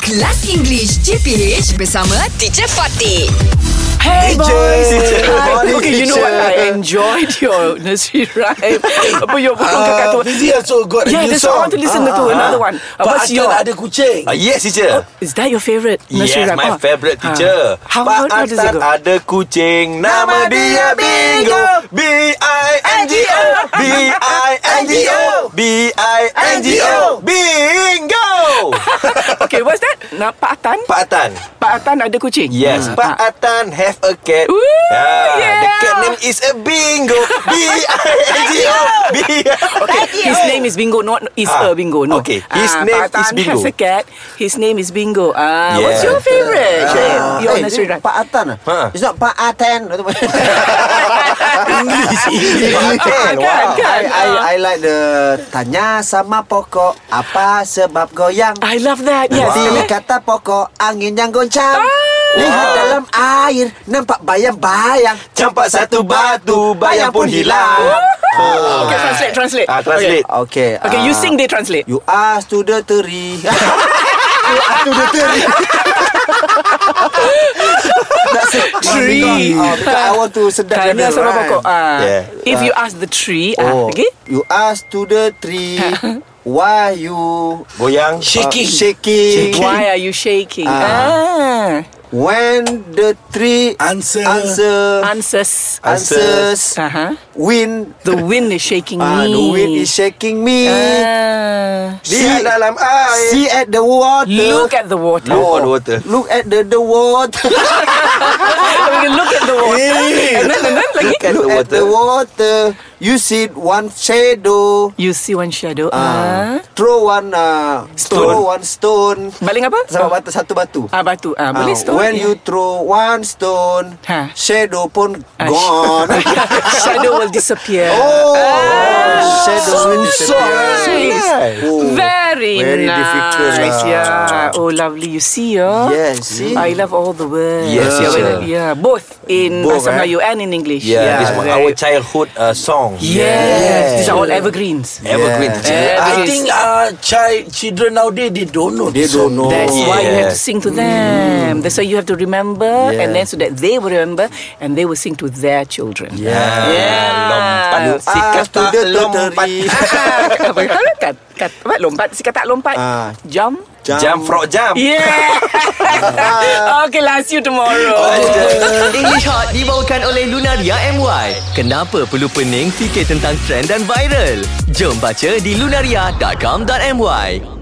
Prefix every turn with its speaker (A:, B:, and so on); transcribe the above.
A: Kelas English JPH bersama Teacher Fatih.
B: Hey,
C: Hey,
B: boys.
C: Joyce. Good
B: Hi.
C: morning,
B: Okay, you know what?
C: teacher.
B: I enjoyed your nursery rhyme. Apa
D: Ah,
B: your burung kakak
C: Uh,
B: tua?
C: Fizi
D: lah
C: also got
B: Yeah,
C: a new
B: that's why I
C: song.
B: want to listen to another one. Oh, Uh,
C: Pak
B: what's
C: Akan
B: your-
C: ada kucing.
D: Uh, Ah, yes, teacher.
B: Is that your favorite nursery rhyme?
D: yes,
B: Ah.
D: my favourite
B: Ah.
D: teacher.
B: How,
D: Pak
B: how, how does it
D: Atan
B: go?
D: ada kucing, nama dia Bingo. B-I-N-G-O. B-I-N-G-O. B-I-N-G-O. Bingo.
B: Okay, what's that? Nah, Pak Atan?
D: Pak Atan.
B: Pak Atan ada kucing?
D: Yes,
B: Ah.
D: Pak Atan have a cat.
B: Ooh,
D: Ah, The
B: yeah.
D: cat name is a Bingo. B-I-N-G-O. B-I-N-G-O.
B: Okay, his name is Bingo, not is a
D: Ah,
B: Bingo. No.
D: okay. His
B: Ah,
D: name
B: Pak Atan
D: is Bingo.
B: has a cat. His name is Bingo. Ah, What's
D: Yeah.
B: your favorite?
C: Ah.
B: your
C: Eh,
B: nursery
C: dia
B: rhyme.
C: Pak Atan ah?
D: Ha.
C: It's not Pak Atan
D: English.
B: Ah,
C: Atan
D: Atan.
B: Wow.
C: I, I,
B: ah.
C: I like the Tanya sama pokok Apa sebab goyang
B: I love that. Yes. Ah.
C: Pilih kata pokok Angin yang goncang Lihat dalam air Nampak bayang-bayang
D: Campak satu batu, bayang pun hilang.
B: Oh, Okay, translate, translate.
D: Ah, translate.
C: Okay
B: Okay, okay you
C: ah,
B: sing, they translate.
C: You are to the theory You are to the theory That's a
B: Tree.
C: Oh, because I want to sedap
B: Tanya
C: dia
B: sama
C: rhyme.
B: pokok. Ah,
D: Yeah.
B: If you ask the tree,
C: Oh,
B: ah, okay?
C: You ask to the tree Why you
D: Goyang. Ah,
C: Shaking Uh, Shaking
B: Why are you shaking? Ah.
C: When the tree
E: Answer.
C: Answer
B: Ah. Answers.
C: Answers
B: Uh-huh.
C: Wind
B: The wind is shaking
C: Ah,
B: me.
C: The wind is shaking me
B: Ah.
D: Dia
C: See-
D: dalam air.
C: See at the water
B: Look at the water.
D: Look on water.
C: Look at the, the water
B: We can Ah, look at the water. And then, and then lagi.
D: At the
C: Look at
D: Kan water.
C: the water You see one shadow
B: You see one shadow.
C: uh,
B: Ah.
C: Throw one uh,
B: Stone.
C: Throw one stone
B: Baling apa?
C: Sama batu satu batu
B: Ah, batu. Ah,
C: Ah,
B: boleh stone.
C: When
B: yeah.
C: you throw one stone
B: Ha.
C: Shadow pun
B: Ah,
C: gone
B: shadow will disappear.
C: Oh
D: Ah.
C: Shadow pun
B: So nice. Very,
C: Very
B: nice.
C: difficult lah.
B: Yeah. Oh, lovely. You see, yeah.
C: Yes, see?
B: I love all the words.
D: Yes,
B: yeah.
D: yes,
B: well, yeah. Both in
C: Both,
B: Bahasa
C: eh?
B: Melayu and in English.
D: Yeah, this one our
B: very-
D: childhood uh, song.
B: yes. These are all evergreens.
D: Evergreen.
C: Yeah.
D: teacher.
B: Yeah.
E: I think uh, child, children nowadays they don't know.
C: They
E: this
C: don't
E: song.
C: know
B: That's
D: Oh,
B: why you have to
D: yes.
B: sing to them. That's why you have to remember, and then so that they will remember, and they will sing to their children.
D: Ah,
B: Yeah.
D: Lompat
C: Si
D: sikat
C: to the
D: lompat.
C: lottery
B: Apa kata kat, kat, apa, lompat Si kata lompat
C: Ah.
B: Jump
D: Jam frog jam.
B: Yeah Okay lah See you tomorrow
F: English Hot dibawakan oleh Lunaria MY. Kenapa perlu pening fikir tentang trend dan viral? Jom baca di lunaria.com.my.